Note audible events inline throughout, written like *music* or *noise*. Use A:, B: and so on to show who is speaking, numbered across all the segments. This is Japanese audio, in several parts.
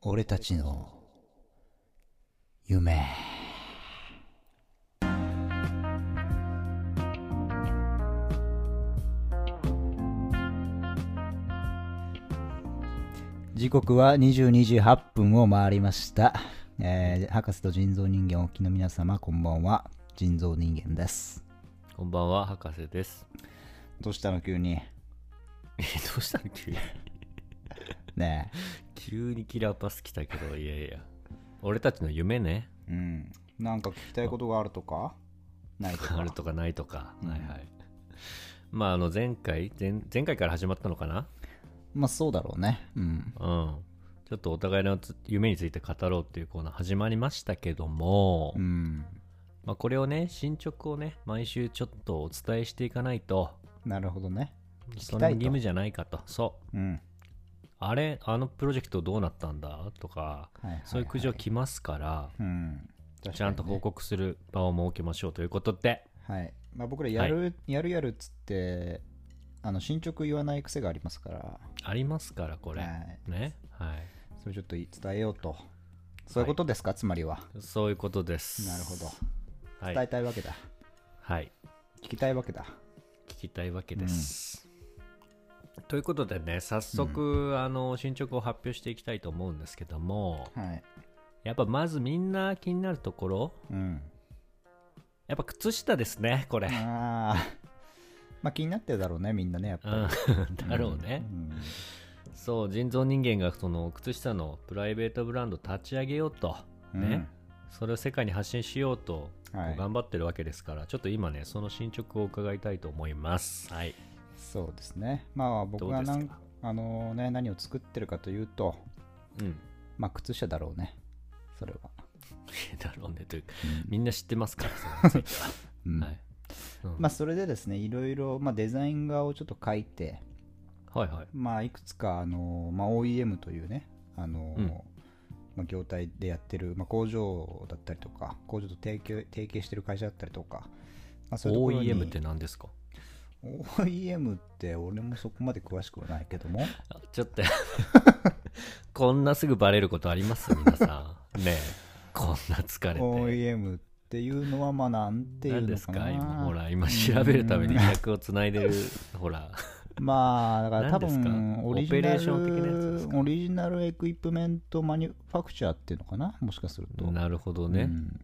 A: 俺たちの夢時刻は22時8分を回りました、えー博士と人造人間をお聞きの皆様こんばんは人造人間です
B: こんばんは、博士です。
A: どうしたの急に
B: え、どうしたの急に。
A: ね
B: 急にキラーパス来たけど、いやいや。俺たちの夢ね。
A: えうんなんか聞きたいことがあるとかないとか
B: あるとかないとか。
A: うん
B: はいはい。まあ、あの、前回前、前回から始まったのかな
A: *laughs* まあそうだろうねうん
B: うん。ちょっとお互いのつ夢について語ろうっていうコーナー始まりましたけども、
A: うん
B: まあ、これをね、進捗をね、毎週ちょっとお伝えしていかないと、
A: なるほどね
B: そん
A: た
B: ない
A: と
B: 義務じゃないかと。そう。
A: うん
B: あれ、あのプロジェクトどうなったんだとか、
A: はいはいはい
B: そういう苦情来ますから、
A: うん確かにね
B: ちゃんと報告する場を設けましょうということで、
A: はい、まあ、僕らやる、やるやるっつってあの進捗言わない癖がありますから
B: ありますから、これ。
A: はい、
B: ね。はい。
A: それちょっと伝えようとそういうことですか、つまりは
B: そういうことです。
A: なるほど
B: ど。は
A: 伝え
B: い。
A: たいわけだ、
B: はい、
A: 聞きたいわけだ
B: 聞きたいわけです。ということでね、早速、あの、進捗を発表していきたいと思うんですけども、
A: はい
B: やっぱまずみんな気になるところ、
A: うん
B: やっぱ靴下ですね、これ。
A: ああ *laughs* まあ気になってるだろうねみんなねやっ
B: う
A: ぱ
B: ん、
A: り、
B: だろうね。
A: うん
B: そう、人造人間がその靴下のプライベートブランド立ち上げようと、ね、それを世界に発信しようと
A: うんはい
B: 頑張ってるわけですから、ちょっと今ね、その進捗を伺いたいと思います。はい。
A: そうですねまあ僕
B: どう
A: が
B: です
A: なん
B: か
A: あのね何を作ってるかというと
B: うん。 *laughs*
A: まあ靴下だろうねそれは、
B: だろうね、というか、
A: うん
B: みんな知ってますから、そのツイッ
A: うん
B: ターはい。うん
A: まあそれでですねいろいろ、まあ、デザイン画をちょっと書いて、
B: はいはい。
A: まあ、いくつかあの、まあ、OEM というねあの、
B: うん
A: まあ、業態でやってる、まあ、工場だったりとか工場と提携提携してる会社だったりとか、まあ、そういうところに
B: OEM って何ですか
A: OEM って俺もそこまで詳しくはないけども
B: あちょっと *laughs* こんなすぐバレることあります皆さ
A: *laughs*
B: ん。ねえ、こんな疲れて。
A: OEM っていうのはまあなんていう
B: 何で
A: の
B: す
A: かな
B: か今、ほら、今調べるために客をつないでる、ほら、
A: まあだから多
B: 何です
A: 分
B: か
A: オリジナ
B: オペレーション的なやつです
A: ルオリジナルエクイプメントマニュファクチャーっていうのかなもしかすると
B: なるほど
A: う
B: ね。
A: ん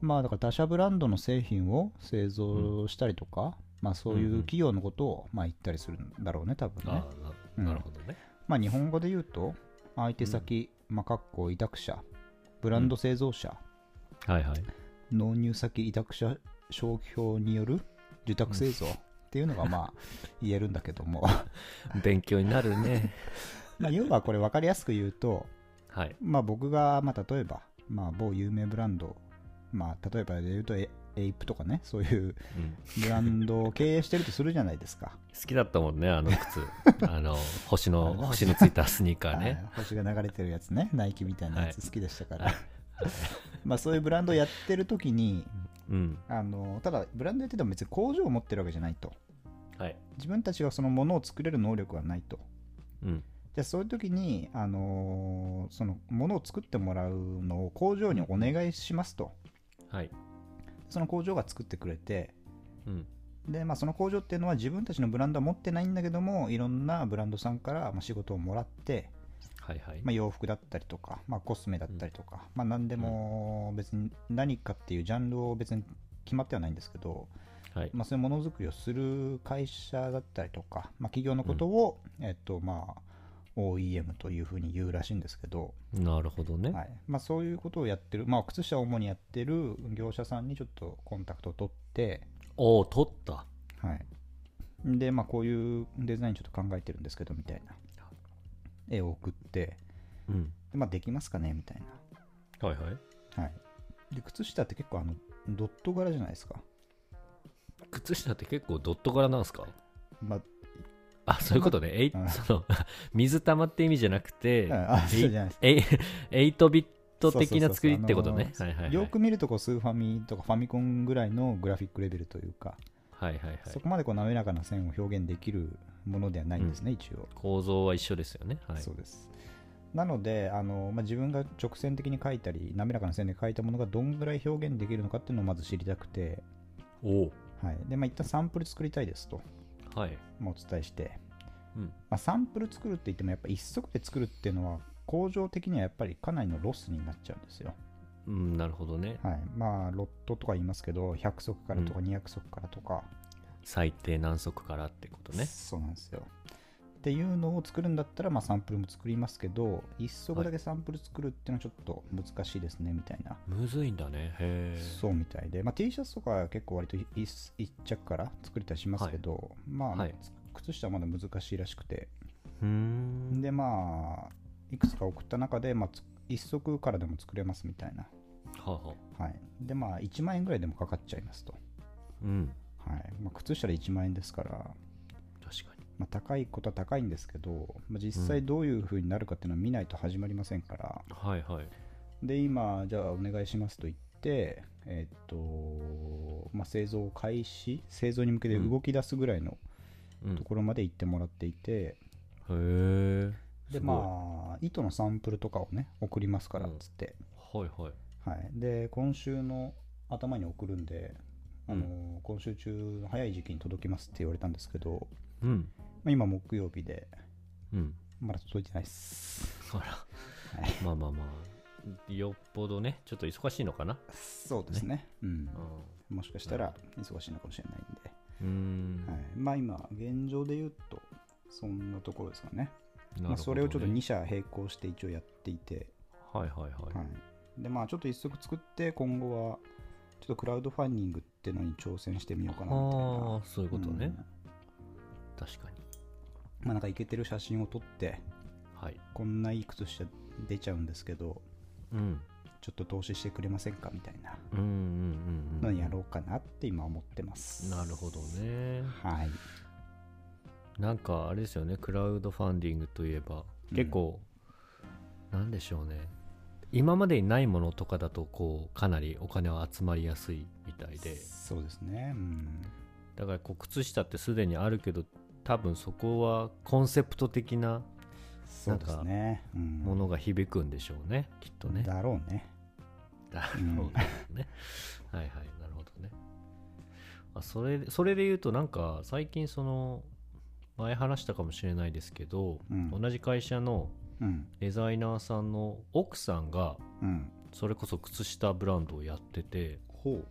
A: まあだから他社ブランドの製品を製造したりとか、まあそうい
B: んう
A: うん企業のことをまあ言ったりするんだろうね多分ね
B: ああ
A: うん
B: ななるほどね。
A: まあ日本語で言うと相手先、まあかっこ委託者ブランド製造者、
B: はいはい。
A: 納入先委託者消費法による受託製造っていうのがまあ言えるんだけ
B: *laughs*
A: ども
B: 勉強になる
A: *laughs*
B: ね。
A: まあ要はこれ分かりやすく言うと
B: はい。
A: まあ僕がまあ例えばまあ某有名ブランドまあ例えばで言うとエエイプとかねそう
B: *laughs*
A: いう
B: うん
A: ブランドを経営してるとするじゃないですか。
B: 好きだったもんね、あの靴。
A: *laughs*
B: あの、星の、
A: あの
B: 星のついたスニーカーね。
A: はい星が流れてるやつね、ナイキみたいなや
B: は
A: つ好きでしたから。
B: はい
A: まあそういうブランドをやってる時に、
B: うん。
A: あのただブランドやってても別に工場を持ってるわけじゃないと。
B: はい。
A: 自分たちがそのものを作れる能力はないと。
B: うん。
A: じゃあそういう時に、あのそのものを作ってもらうのを工場にお願いしますと。
B: はい。
A: その工場が作ってくれて、
B: うん。
A: でまあ、その工場っていうのは自分たちのブランドは持ってないんだけどもいろんなブランドさんからまあ仕事をもらって、
B: はいはい。
A: まあ、洋服だったりとか、まあ、コスメだったりとか、まあ、何でも別に何かっていうジャンルを別に決まってはないんですけど、
B: はい。
A: まあ、そういうものづくりをする会社だったりとか、まあ、企業のことを、えっとまあ、OEM というふうに言うらしいんですけど、
B: なるほどね。
A: はいまあ、そういうことをやってる、まあ、靴下を主にやってる業者さんにちょっとコンタクトを取って、
B: おお、取った。
A: はい、で、まあ、こういうデザインちょっと考えてるんですけどみたいな絵を送って
B: うん。
A: で,、まあ、できますかねみたいな。
B: はいはい。
A: はい、で靴下って結構あのドット柄じゃないですか、
B: 靴下って結構ドット柄なんですか
A: まあ
B: あ、そういうことね。えい
A: うん
B: その、 *laughs* 水玉って意味じゃなくて、
A: ああそうじゃないです
B: えい8ビット的な作りってことね。
A: そ
B: はいはいはい。
A: よく見るとこうスーファミとかファミコンぐらいのグラフィックレベルというか、
B: はいはいはい。
A: そこまでこう滑らかな線を表現できるものではないんですね、一応、
B: 構造は一緒ですよね。はい。
A: そうですなのであの、まあ、自分が直線的に書いたり滑らかな線で書いたものがどんぐらい表現できるのかっていうのをまず知りたくて、
B: おう
A: はいでまあ、一旦サンプル作りたいですと、
B: はい、
A: まあ、お伝えして、
B: うん、
A: まあ、サンプル作るって言ってもやっぱ一足で作るっていうのは工場的にはやっぱりかなりのロスになっちゃうんですよ。
B: うん、なるほどね
A: はい、まあロットとか言いますけど100足からとか200足からとか、
B: 最低何足からってことね
A: そうなんですよ。っていうのを作るんだったら、まあ、サンプルも作りますけど一足だけサンプル作るっていうのはちょっと難しいですねみたいな、
B: むずいんだねへえ
A: そうみたいで、まあ、T シャツとかは結構割と一一着から作れたりしますけど、まあ、
B: はい
A: 靴下はまだ難しいらしくて
B: うーん
A: でまあいくつか送った中で、まあ、つ一足からでも作れますみたいな、
B: はあはあ
A: はい、でまあ1万円ぐらいでもかかっちゃいますと、
B: うん
A: はいまあ、靴下で1万円ですから、
B: 確かに
A: まあ、高いことは高いんですけど、まあ、実際どういう風になるかっていうのは見ないと始まりませんから、
B: はいはい
A: で今じゃあお願いしますと言ってえーっと、まあ、製造開始製造に向けて動き出すぐらいの
B: うん
A: ところまで行ってもらっていて、
B: へえ
A: でまあ糸のサンプルとかをね送りますからっ
B: うん
A: つって、
B: はいはい
A: はい、で今週の頭に送るんであのー、
B: う
A: 今週中の早い時期に届きますって言われたんですけど、
B: うん
A: まあ、今木曜日で
B: うん
A: まだ届いてないです
B: あらまあまあまあよっぽどねちょっと忙しいのかな
A: そうですねうん
B: う
A: もしかしたら忙しいのかもしれないんで、
B: ん
A: はい、まあ今現状で言うとそんなところですかね
B: なるほどね
A: まあ、それをちょっと2社並行して一応やっていて、
B: はいはいはい、
A: はい、でまあちょっと一足作って今後はちょっとクラウドファンディングっていうのに挑戦してみようかなみたい
B: あ
A: な
B: あそういうことね、
A: うん
B: 確かに
A: まあなんかイケてる写真を撮って
B: はい
A: こんないい靴下出ちゃうんですけど
B: うん
A: ちょっと投資してくれませんかみたいな
B: うんうんうんう
A: の
B: ん
A: やろうかなって今思ってます
B: なるほどね
A: はい
B: なんかあれですよねクラウドファンディングといえば
A: うん
B: 結構、なんでしょうね今までにないものとかだとこうかなりお金は集まりやすいみたいで
A: そうですねうん
B: だからこう靴下ってすでにあるけど多分そこはコンセプト的な
A: そうですねうん
B: ものが響くんでしょうねきっとね *laughs*
A: だろうね
B: だろうね。はいはい、なるほどね。あそれそれで言うと、なんか最近、その前話したかもしれないですけど、
A: うん
B: 同じ会社の
A: うん
B: デザイナーさんの奥さんが、
A: うん
B: それこそ靴下ブランドをやってて、
A: ほう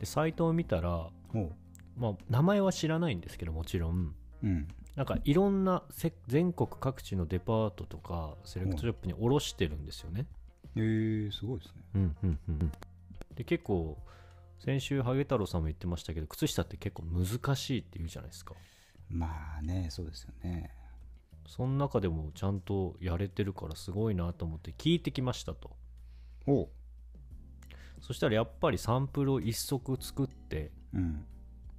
B: でサイトを見たら、
A: ほう
B: まあ、名前は知らないんですけど、もちろん。
A: うん
B: なんかいろんなせ全国各地のデパートとかセレクトショップに卸してるんですよね。
A: えー、すごいですね
B: うんうんうん、で結構先週ハゲ太郎さんも言ってましたけど靴下って結構難しいって言うじゃないですか
A: まあねそうですよね
B: その中でもちゃんとやれてるからすごいなと思って聞いてきましたと
A: ほ
B: そしたらやっぱりサンプルを一足作って
A: ううん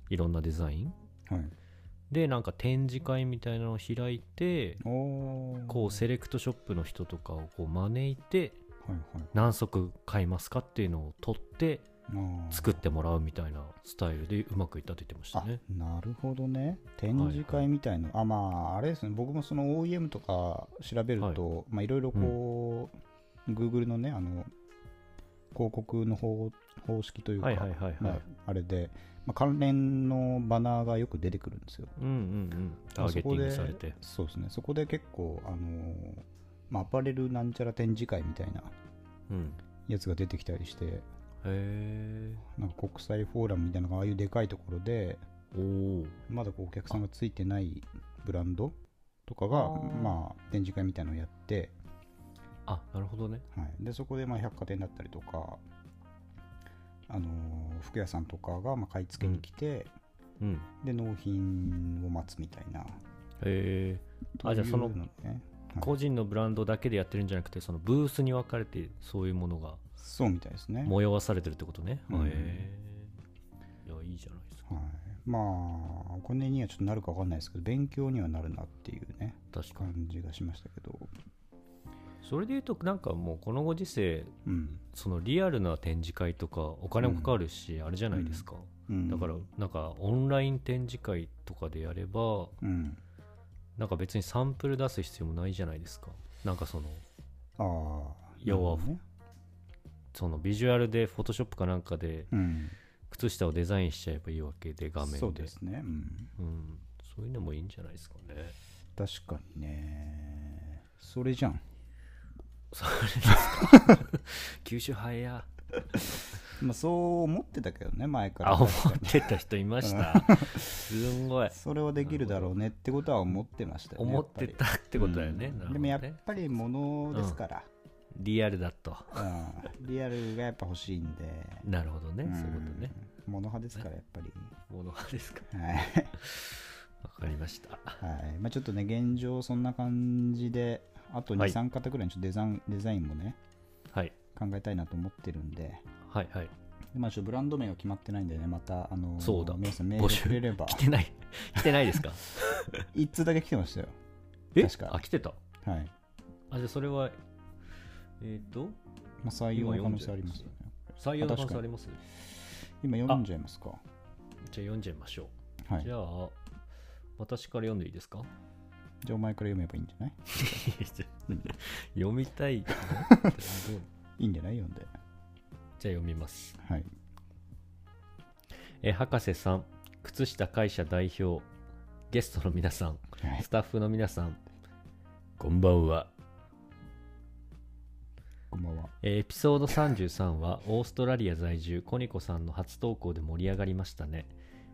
B: いろんなデザイン
A: はい
B: でなんか展示会みたいなのを開いて
A: おー
B: こうセレクトショップの人とかをこう招いて
A: はいはい
B: 何足買いますかっていうのを取って
A: あー
B: 作ってもらうみたいなスタイルでうまくいったって言ってましたね
A: あなるほどね展示会みたいな、あまああれですね僕もその OEM とか調べると、まあいろいろこう、Google のねあの広告の方方式というか、
B: はいはいはいはい
A: まあ、あれで、まあ、関連のバナーがよく出てくるんですよ
B: うんうんうんターゲッティングされて
A: そこでそうですねそこで結構あのーまあ、アパレルなんちゃら展示会みたいな
B: うん
A: やつが出てきたりして
B: へ
A: なんか国際フォーラムみたいなのがああいうでかいところで
B: えおお
A: まだこうお客さんがついてないブランドとかが
B: あー
A: まあ、展示会みたいなのをやって、
B: あなるほどね
A: はい、でそこでまあ百貨店だったりとか、あのー服屋さんとかがまあ買い付けに来て、
B: うん
A: で納品を待つみたいな
B: へえあじゃあその
A: というねはい
B: 個人のブランドだけでやってるんじゃなくてそのブースに分かれてそういうものが
A: そうみたいですね、はい、
B: 催されてるってことね、
A: うん
B: へえいやいいじゃないですか
A: まあお金にはちょっとなるか分かんないですけど勉強にはなるなっていうね
B: 確かに
A: 感じがしましたけど
B: それでいうとなんかもうこのご時世
A: うん、
B: そのリアルな展示会とかお金もかかるし、あれじゃないですか、
A: うん、
B: だからなんかオンライン展示会とかでやれば
A: うん
B: なんか別にサンプル出す必要もないじゃないですかなんかその
A: ああ
B: 要は
A: なるほどね
B: そのビジュアルでフォトショップかなんかで
A: うん、
B: 靴下をデザインしちゃえばいいわけで画面で
A: そうですね、うん、
B: うん、そういうのもいいんじゃないですかね
A: 確かにねそれじゃん
B: それですか吸収早や
A: まあそう思ってたけどね前から
B: あ思ってた人いました
A: *laughs*
B: すんごい
A: それはできるだろうねってことは思ってましたよね
B: 思ってたってことだよね,、
A: うん
B: なるほどね
A: でもやっぱりものですから、
B: リアルだと
A: うんリアルがやっぱ欲しいんで、
B: なるほどね、
A: ん
B: そういうことね
A: 物派ですからやっぱり
B: もの派ですか
A: はい、
B: わかりました
A: はいまあ、ちょっとね現状そんな感じであと
B: は
A: 23
B: い、
A: 三方ぐらいにちょっとデザインデザインもね
B: はい
A: 考えたいなと思ってるんで
B: はいはい
A: でまあ、ちょっとブランド名が決まってないんでねまたあのー
B: そうだ
A: 皆さんメー
B: 募
A: ル
B: 集
A: くれれば
B: 来てない *laughs* 来てないですか
A: 一通だけ来てましたよ
B: え
A: 確か
B: あ来てた
A: はい、
B: あじゃあそれはえっ、と
A: まあ、採用の可能性ありますよね
B: 採用の可
A: 確か
B: 能性
A: に
B: あります
A: 今読んじゃいますか
B: じゃあ読んじゃいましょ
A: は
B: う
A: い
B: じ
A: じゃ
B: ゃあ私から読んでいいです *laughs* か
A: あお前から読めばいいんじゃない
B: 読みたいどう *laughs*
A: いいんじゃない読んで
B: じゃあ読みます
A: はい
B: えー博士さん靴下会社代表ゲストの皆さん
A: はい
B: スタッフの皆さんこんばんは、
A: こんばんは
B: えーエピソード33はオーストラリア在住コニコさんの初投稿で盛り上がりましたね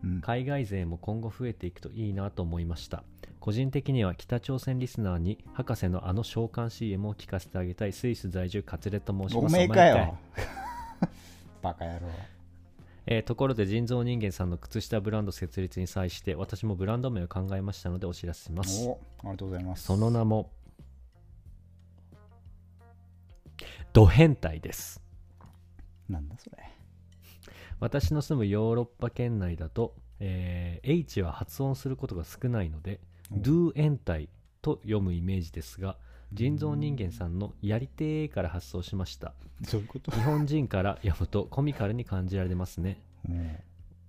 A: うん
B: 海外勢も今後増えていくといいなと思いました個人的には北朝鮮リスナーに博士のあの召喚 CM を聞かせてあげたいスイス在住カツレと申し
A: お
B: ます
A: めえか
B: お前
A: よ *laughs* バカ野郎
B: えーところで人造人間さんの靴下ブランド設立に際して私もブランド名を考えましたのでお知らせします
A: おありがとうございます
B: その名も、ド変態です。
A: なんだそれ
B: 私の住むヨーロッパ圏内だと、えー H は発音することが少ないので、
A: お
B: ドゥ変態と読むイメージですが、人造人間さんのやりてーから発想しました。
A: どういうこと
B: 日本人から読むとコミカルに感じられますね。
A: うん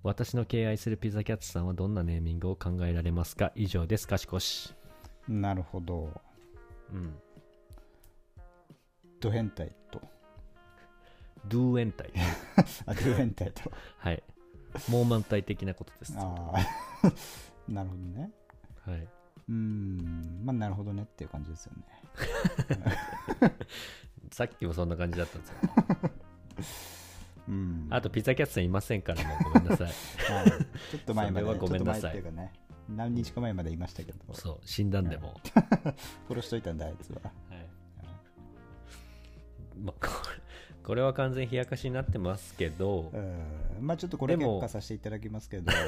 B: 私の敬愛するピザキャッツさんはどんなネーミングを考えられますか以上です、かしこし。
A: なるほど
B: うん。
A: ド変態と
B: ドゥ変態。 *laughs*
A: あド変態と
B: はい。猛満体的なことです。は
A: ああ *laughs* なるほどね
B: い。
A: うーんまあなるほどねっていう感じですよね
B: さっきもそんな感じだったんですよ。
A: うん
B: あと、ピザキャッツさんいませんからもうごめんなさい。
A: はいちょっと前まで
B: それはごめんなさい
A: ちょっと前っていうかね何日か前までいましたけど
B: そう、死んだんでも。
A: 殺しといたんだあいつは
B: はいまあ、これこれは完全冷やかしになってますけど
A: う、んまあちょっとこれ
B: で
A: 結
B: も
A: 果させていただきますけど、はい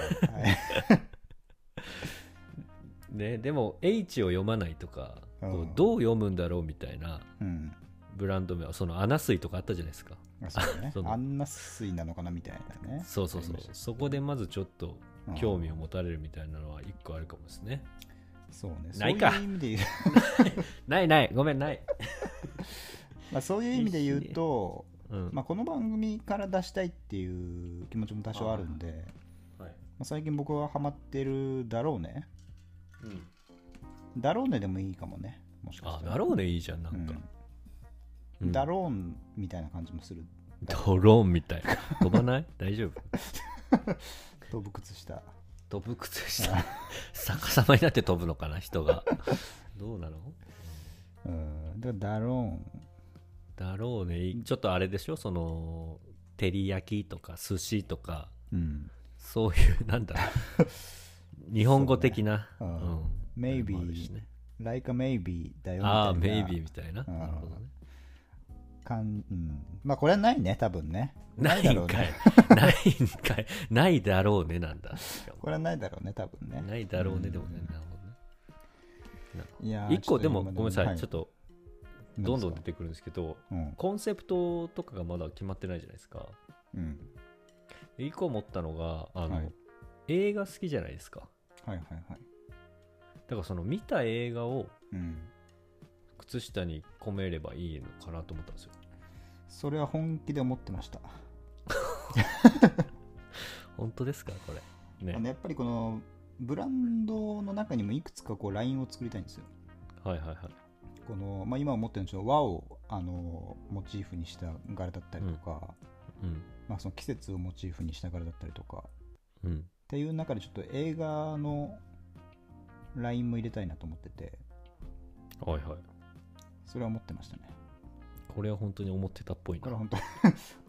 B: ね、でも、H を読まないとか、こ
A: う
B: うんどう読むんだろうみたいな
A: うん、
B: ブランド名は、そのアナスイとかあったじゃないですか。
A: まあそうね
B: その
A: あんな水なのかなみたいなね
B: そうそうそ
A: あり
B: う
A: ま。した
B: そこでまずちょっと
A: うん
B: 興味を持たれるみたいなのは一個あるかもですね。
A: そうね
B: ないか
A: そういう意味 *laughs* で言う
B: ないない、ごめん、ない。
A: まあそういう意味で言うと、
B: うん。
A: まあ、この番組から出したいっていう気持ちも多少あるんで、
B: は
A: ま
B: い
A: あ、最近僕はハマってるだろうね
B: うん
A: だろうねでもいいかもねもしかし
B: あ
A: た、ら
B: だろうね、いいじゃん、な
A: うん
B: か。うん
A: ん、だろうんみたいな感じもする
B: ドローンみたい。飛ばない *laughs* 大丈夫
A: 動物した
B: 飛ぶ靴下。
A: *laughs*
B: 逆さまになって飛ぶのかな人が。どうなの
A: うんだからダローン
B: だろうね。ちょっとあれでしょその、照り焼きとか寿司とか、
A: うん
B: そういう、 *laughs* なんだろう日本語的な。
A: そうねうん
B: ん
A: Maybe
B: もあるしね
A: ライカメイビーだよみ
B: ああ、
A: た
B: メイビー
A: い
B: みたいな。
A: うん
B: なるほどね。
A: な感うんまあこれはないね多分ね
B: ない
A: だ
B: ん
A: ろう
B: か
A: ね *laughs*
B: い。ないんかい。ないだろうね、なんだ。
A: これはないだろうね多分ね
B: ないだろうね、でも
A: う
B: ね。
A: ん
B: なるほどね。
A: いやー
B: 一個でも、
A: ちょ
B: ご
A: っ
B: め
A: と
B: んなさ。
A: はい
B: ちょっと、どんどん出てくるんですけど、
A: うん
B: コンセプトとかがまだ決まってないじゃないですか。
A: うん
B: で一個思ったのが、あの、
A: はい
B: 映画好きじゃないですか。
A: はいはいはい
B: だからその見た映画を
A: うん
B: 靴下に込めればいいのかなと思ったんですよ。
A: それは本気で思ってました、
B: 本当ですかこれ。
A: あ
B: ね。
A: のやっぱりこのブランドの中にもいくつかこうラインを作りたいんですよ
B: はいはいはい。
A: この、まあ、今思ってるのちょっと和をあのモチーフにした柄だったりとか、
B: うん
A: まあ、その季節をモチーフにした柄だったりとかっ
B: うん
A: ていう中でちょっと映画のラインも入れたいなと思ってて
B: はいはい
A: それは思ってましたね
B: これは本当に思ってたっぽい
A: これ
B: な
A: は本当 *laughs* こ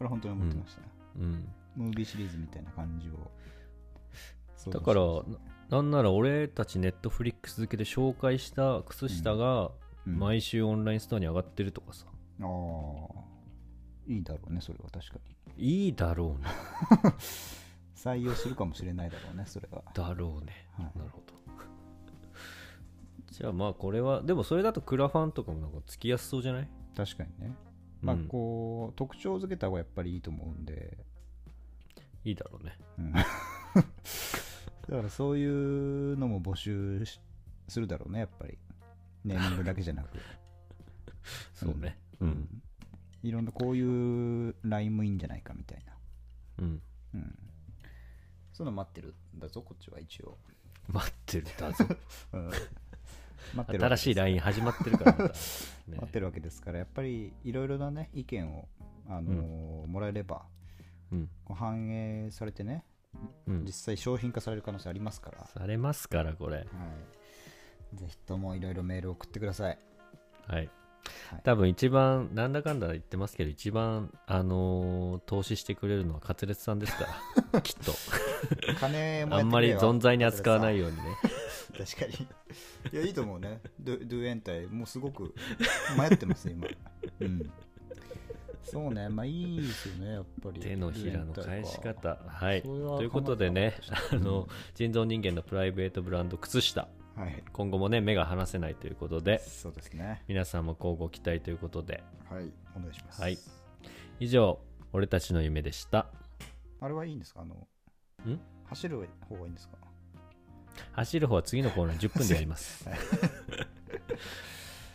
A: れは本当に思ってましたね、
B: うん
A: ムービーシリーズみたいな感じを想像
B: だから
A: しまし
B: なんなら俺たちネットフリックス付けで紹介した靴下
A: た
B: が
A: ねうん
B: 毎週オンラインストアに上がってるとかさ、
A: ああいいだろうねそれは確かに
B: いいだろうね
A: 採用するかもしれないだろうねそれは、
B: だろうね
A: はい、
B: なるほど *laughs* じゃあまあこれはでもそれだとクラファンとかもなんかつきやすそうじゃない
A: 確かにねまあ
B: うん
A: こう、特徴づけた方がやっぱりいいと思うんで、
B: いいだろうね
A: うん *laughs* だからそういうのも募集しするだろうねやっぱりネーミングだけじゃなく
B: そうね
A: うん、いろんなこういうラインもいいんじゃないかみたいな
B: うん
A: うんそういうの待ってるんだぞこっちは一応、
B: 待ってるだぞ
A: *laughs* うん、待ってるわけ
B: 新しいライン始まってるから
A: *laughs*
B: またね
A: 待ってるわけですからやっぱりいろいろなね意見を、あのーもらえれば
B: うん
A: こう反映されてね
B: うん
A: 実際商品化される可能性ありますから、は
B: されますからこれ
A: い、ぜひともいろいろメールを送ってください。
B: はい
A: はい
B: 多分一番なんだかんだ言ってますけど一番あのー投資してくれるのはカツレツさんですか
A: *laughs*
B: らきっと
A: 金も
B: あんまり存在に扱わない
A: よ。
B: ようにね
A: 確かに。いや、いいと思うね。ドドゥエンタイ、もうすごく迷ってます、今。うん。そうね、まあいいですよね、やっぱり。
B: 手のひらの返し
A: ドゥエンタイ
B: 方
A: か。
B: はい
A: それは
B: ということでね
A: 考えて
B: あ
A: なか
B: の
A: っ
B: 人造人間のプライベートブランド靴下
A: たはい、
B: 今後もね目が離せないということで
A: そうですね。
B: 皆さんも乞うご期待ということで
A: はい、お願いします。
B: はい以上俺たちの夢でした
A: あれはいいんですかあの、走る方がいいんですか
B: 走る方は次のコーナー10分でやります *laughs*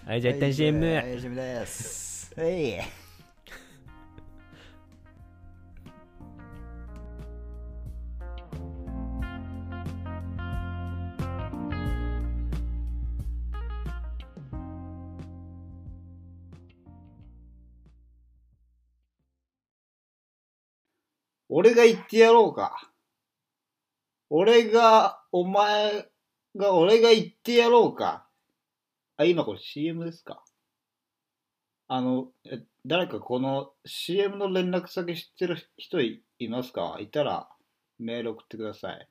B: はいじゃあ一旦 CM、
A: はい CM です。はい。俺が言ってやろうか。俺が、お前が、俺が言ってやろうか。あ、今これ CM ですかあの、え誰かこの CM の連絡先知ってる人いいますかいたらメール送ってください。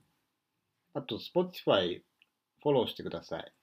A: あと、Spotify フォローしてください。